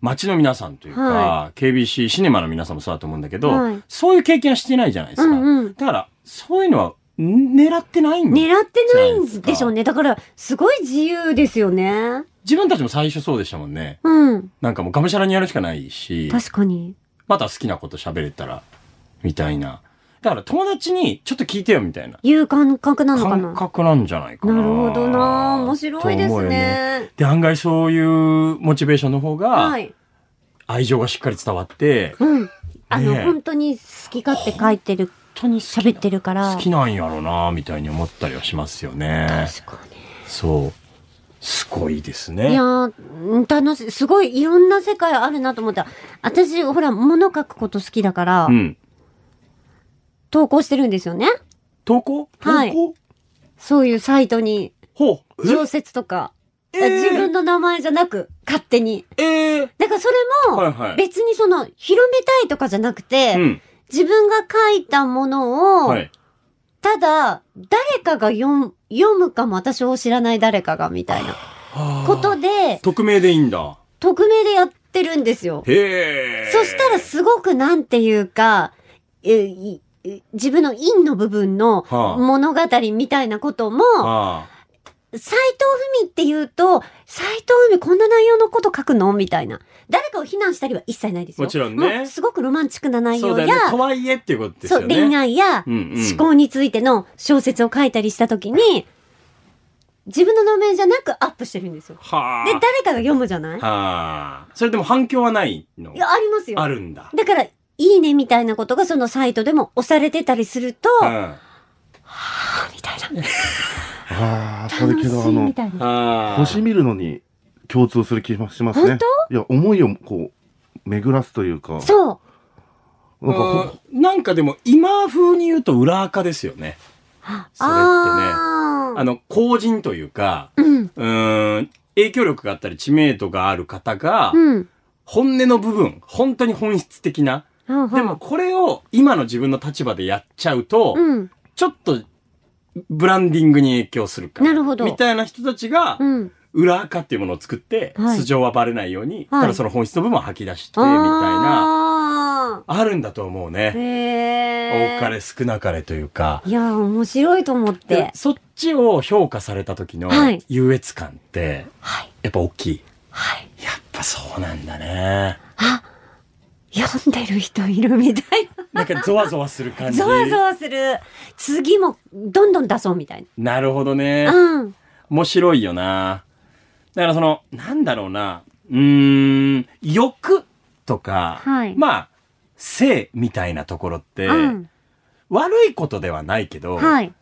Speaker 1: 街の皆さんというか、
Speaker 2: は
Speaker 1: KBC シネマの皆さんもそうだと思うんだけど、
Speaker 2: はい
Speaker 1: そういう経験はしてないじゃないですか。
Speaker 2: うんうん
Speaker 1: だから、そういうのはん狙ってないんで、
Speaker 2: 狙ってないんでしょうね。だから、すごい自由ですよね。
Speaker 1: 自分たちも最初そうでしたもんね。
Speaker 2: うん。
Speaker 1: なんかもうがむしゃらにやるしかないし、
Speaker 2: 確かに。
Speaker 1: また好きなこと喋れたら、みたいな。だから友達にちょっと聞いてよみたいな。
Speaker 2: いう感覚なのかな。
Speaker 1: 感覚なんじゃないかな。
Speaker 2: なるほどな面白いで
Speaker 1: と思
Speaker 2: す
Speaker 1: うよ
Speaker 2: ね。
Speaker 1: で、案外そういうモチベーションの方
Speaker 2: は
Speaker 1: が、
Speaker 2: い。
Speaker 1: 愛情がしっかり伝わって、
Speaker 2: うん。あの、
Speaker 1: ねえ
Speaker 2: 本当に好き勝手書いてる、
Speaker 1: 本当に好き
Speaker 2: 喋ってるから。
Speaker 1: 好きなんやろうな、みたいに思ったりはしますよね。
Speaker 2: 確かに。
Speaker 1: そう。すごいです
Speaker 2: いや
Speaker 1: ね。
Speaker 2: ー、ん楽しい。すごいいろんな世界あるなと思った。私、ほら、物書くこと好きだから、
Speaker 1: うん。
Speaker 2: 投稿してるんですよね。
Speaker 1: 投稿
Speaker 2: はい
Speaker 1: 投稿
Speaker 2: そういうサイトに、
Speaker 1: ほう。
Speaker 2: 常設とか。
Speaker 1: えー
Speaker 2: 自分の名前じゃなく、勝手に。
Speaker 1: えー、
Speaker 2: だからそれ
Speaker 1: はい
Speaker 2: も、
Speaker 1: はい。
Speaker 2: 別にその、広めたいとかじゃなくて、
Speaker 1: うん。
Speaker 2: 自分が書いたものを、
Speaker 1: はい。
Speaker 2: ただ、誰かが読む、読むかも私を知らない誰かが、みたいなこ
Speaker 1: あ
Speaker 2: とで
Speaker 1: ー、匿名でいいんだ。
Speaker 2: 匿名でやってるんですよ。
Speaker 1: へえ。
Speaker 2: そしたらすごくなんていうか、えいい自分の陰の部分の
Speaker 1: はあ
Speaker 2: 物語みたいなことも、
Speaker 1: ああ
Speaker 2: 斎藤文って言うと、斎藤文こんな内容のこと書くのみたいな。誰かを非難したりは一切ないですよ。
Speaker 1: もちろんね
Speaker 2: もうすごくロマンチックな内
Speaker 1: そう
Speaker 2: 容
Speaker 1: だ
Speaker 2: や、
Speaker 1: よね。とはいえっていうことです
Speaker 2: そ
Speaker 1: よ
Speaker 2: う、
Speaker 1: ね。
Speaker 2: 恋愛や
Speaker 1: うんうん
Speaker 2: 思考についての小説を書いたりしたときに、自分の名前じゃなくアップしてるんですよ。
Speaker 1: はあ。
Speaker 2: で、誰かが読むじゃない
Speaker 1: はあ。それでも反響はないの
Speaker 2: いや、ありますよ。
Speaker 1: あるんだ。
Speaker 2: だから、いいねみたいなことがそのサイトでも押されてたりすると、
Speaker 1: うん。
Speaker 2: あ
Speaker 1: あ
Speaker 2: みたいな。
Speaker 3: ああ、それ
Speaker 2: 楽
Speaker 3: け
Speaker 2: し
Speaker 3: ど、あ
Speaker 2: い
Speaker 3: の
Speaker 2: み、たいな。
Speaker 1: あ。
Speaker 3: 星見るのに共通する気がします
Speaker 2: 本
Speaker 3: ね。いや、思いをこう、巡らすというか、
Speaker 2: そう。
Speaker 3: なんかほ
Speaker 1: うんなんかでも今風に言うと裏垢ですよね。それってね。
Speaker 2: あ
Speaker 1: あ
Speaker 2: あ。
Speaker 1: の、後人というか、
Speaker 2: うん。
Speaker 1: うーん、影響力があったり知名度がある方が、
Speaker 2: うん。
Speaker 1: 本音の部分、本当に本質的な。
Speaker 2: うん
Speaker 1: でも、これを今の自分の立場でやっちゃうと、
Speaker 2: うん。
Speaker 1: ちょっとブランディングに影響するか。
Speaker 2: なるほど
Speaker 1: みたいな人たちが
Speaker 2: う、ん。
Speaker 1: 裏垢っていうものを作って、
Speaker 2: はい
Speaker 1: 素性はバレないように、
Speaker 2: はい
Speaker 1: ただその本質の部分を吐き出して、みたいな、
Speaker 2: な。
Speaker 1: あるんだと思うね。
Speaker 2: へえ。
Speaker 1: 多かれ少なかれというか。
Speaker 2: いや、面白いと思っ
Speaker 1: で
Speaker 2: て。
Speaker 1: そっちを評価された時の
Speaker 2: はい
Speaker 1: 優越感って、
Speaker 2: はい。
Speaker 1: やっぱ大きい。
Speaker 2: はい。
Speaker 1: やっぱそうなんだね。
Speaker 2: あ、読んでる人いるみたい
Speaker 1: なん かゾワゾワする感
Speaker 2: な。
Speaker 1: じ。
Speaker 2: ゾワゾワする。次もどんどん出そうみたい
Speaker 1: なるほどね
Speaker 2: な。。うん。
Speaker 1: 面白いよな。だからその、なんだろうな。うーん、欲とか、
Speaker 2: はい
Speaker 1: まあ、性みたいなところって、
Speaker 2: うん。
Speaker 1: 悪いことではないけど、
Speaker 2: はい。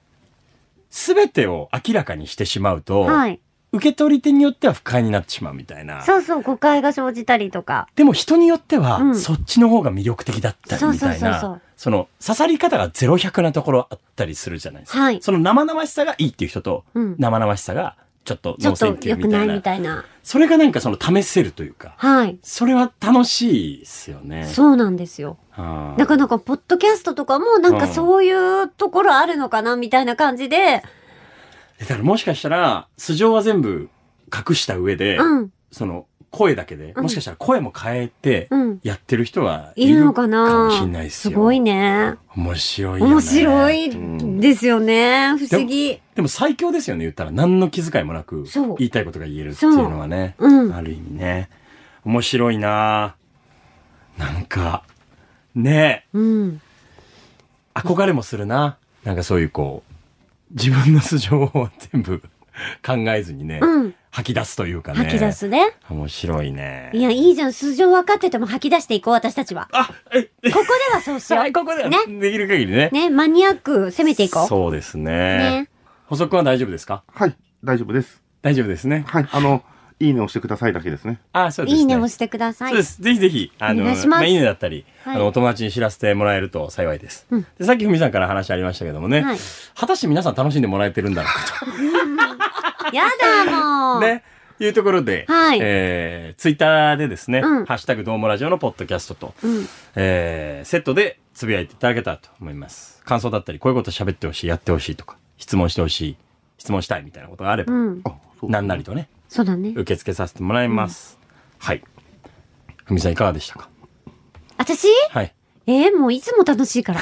Speaker 1: すべてを明らかにしてしまうと、
Speaker 2: はい。
Speaker 1: 受け取り手によっては不快になってしまうみたいな。
Speaker 2: そうそう、誤解が生じたりとか。
Speaker 1: でも人によっては、
Speaker 2: うん
Speaker 1: そっちの方が魅力的だったりみたい
Speaker 2: そうそうそう
Speaker 1: な、
Speaker 2: そ
Speaker 1: そうの刺さり方がゼロ百なところあったりするじゃないですか。
Speaker 2: はい
Speaker 1: その生々しさがいいっていう人と、
Speaker 2: うん
Speaker 1: 生々しさがちょっと
Speaker 2: ちょ
Speaker 1: 脳
Speaker 2: っと
Speaker 1: 線形
Speaker 2: 良
Speaker 1: み
Speaker 2: く
Speaker 1: た
Speaker 2: ないい
Speaker 1: な
Speaker 2: みたいな。
Speaker 1: それがなんかその試せるというか、
Speaker 2: はい。
Speaker 1: それは楽しいですよね。
Speaker 2: そうなんですよ。
Speaker 1: はあ
Speaker 2: なかなか、ポッドキャストとかも、なんか
Speaker 1: うん
Speaker 2: そういうところあるのかな、みたいな感じで。
Speaker 1: だからもしかしたら、素性は全部隠した上で、
Speaker 2: うん。
Speaker 1: その声だけで、
Speaker 2: うん
Speaker 1: もしかしたら声も変えて
Speaker 2: うん、
Speaker 1: やってる人はい
Speaker 2: るのかな
Speaker 1: かもしれないです
Speaker 2: す
Speaker 1: よ。
Speaker 2: ごいね。
Speaker 1: 面白いよね。
Speaker 2: 面白い
Speaker 3: ん
Speaker 2: ですよね。不思議。
Speaker 1: でも最強ですよね、言ったら。何の気遣いもなく
Speaker 2: そう、
Speaker 1: 言いたいことが言えるっていうのはね。
Speaker 2: そううん
Speaker 1: ある意味ね。面白いなぁなんか、ね
Speaker 2: うん。
Speaker 1: え、憧れもするな。なんかそういうこう、自分の素性を全部 考えずにね、
Speaker 2: うん
Speaker 1: 吐き出すというかね。
Speaker 2: 吐き出。すね。
Speaker 1: 面白いね。
Speaker 2: いや、いいじゃん。素性分かってても吐き出していこう、私たちは。こ
Speaker 1: あ、え、え
Speaker 2: こではそうしよ
Speaker 1: はい、
Speaker 2: う。
Speaker 1: ここでは
Speaker 2: ね
Speaker 1: できる限りね。
Speaker 2: ね、マニアック攻めていこう。
Speaker 1: そうですね
Speaker 2: ね。。
Speaker 1: 補足は大丈夫ですか
Speaker 3: はい、大丈夫です。
Speaker 1: 大丈夫ですね。
Speaker 3: はい、あの、いいねを押してくださいだけですね。
Speaker 1: あ、そうですね。
Speaker 2: いいねをしてください。
Speaker 1: そうです。ぜひぜひ、あの、
Speaker 2: お願いします
Speaker 1: あいいねだったり、
Speaker 2: はい
Speaker 1: あの、お友達に知らせてもらえると幸いです。
Speaker 2: うん
Speaker 1: でさっきふみさんから話ありましたけどもね、
Speaker 2: はい
Speaker 1: 果たして皆さん楽しんでもらえてるんだろうか
Speaker 2: やだも
Speaker 1: と。
Speaker 2: う。
Speaker 1: ね。いうところで、
Speaker 2: はい
Speaker 1: えー、ツイッターでですね、
Speaker 2: うん
Speaker 1: ハッシュタグどうもラジオのポッドキャストと、
Speaker 2: うん。
Speaker 1: えー、セットでつぶやいていただけたらと思います。感想だったり、こういうこと喋ってほしい、やってほしいとか、質問してほしい、質問したいみたいなことがあれば、
Speaker 2: うん。
Speaker 3: あ、そう。
Speaker 1: なんなりとね、
Speaker 2: そうだね。
Speaker 1: 受け付けさせてもらいます。はい。ふみさんいかがでしたか
Speaker 2: 私
Speaker 1: はい。
Speaker 2: えーもういつも楽しいから。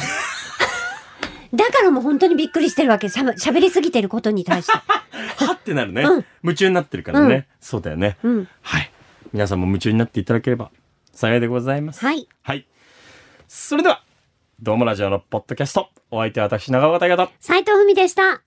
Speaker 2: だからもう本当にびっくりしてるわけ。しゃべ喋りすぎてることに対して。
Speaker 1: はってなるね、
Speaker 2: うん
Speaker 1: 夢中になってるからね。
Speaker 2: うん
Speaker 1: そうだよね。
Speaker 2: うん。
Speaker 1: はい。皆さんも夢中になっていただければ幸いでございます。
Speaker 2: はい。
Speaker 1: はい。それでは、どうもラジオのポッドキャスト、お相手は私、長岡大和。
Speaker 2: 斉藤文でした。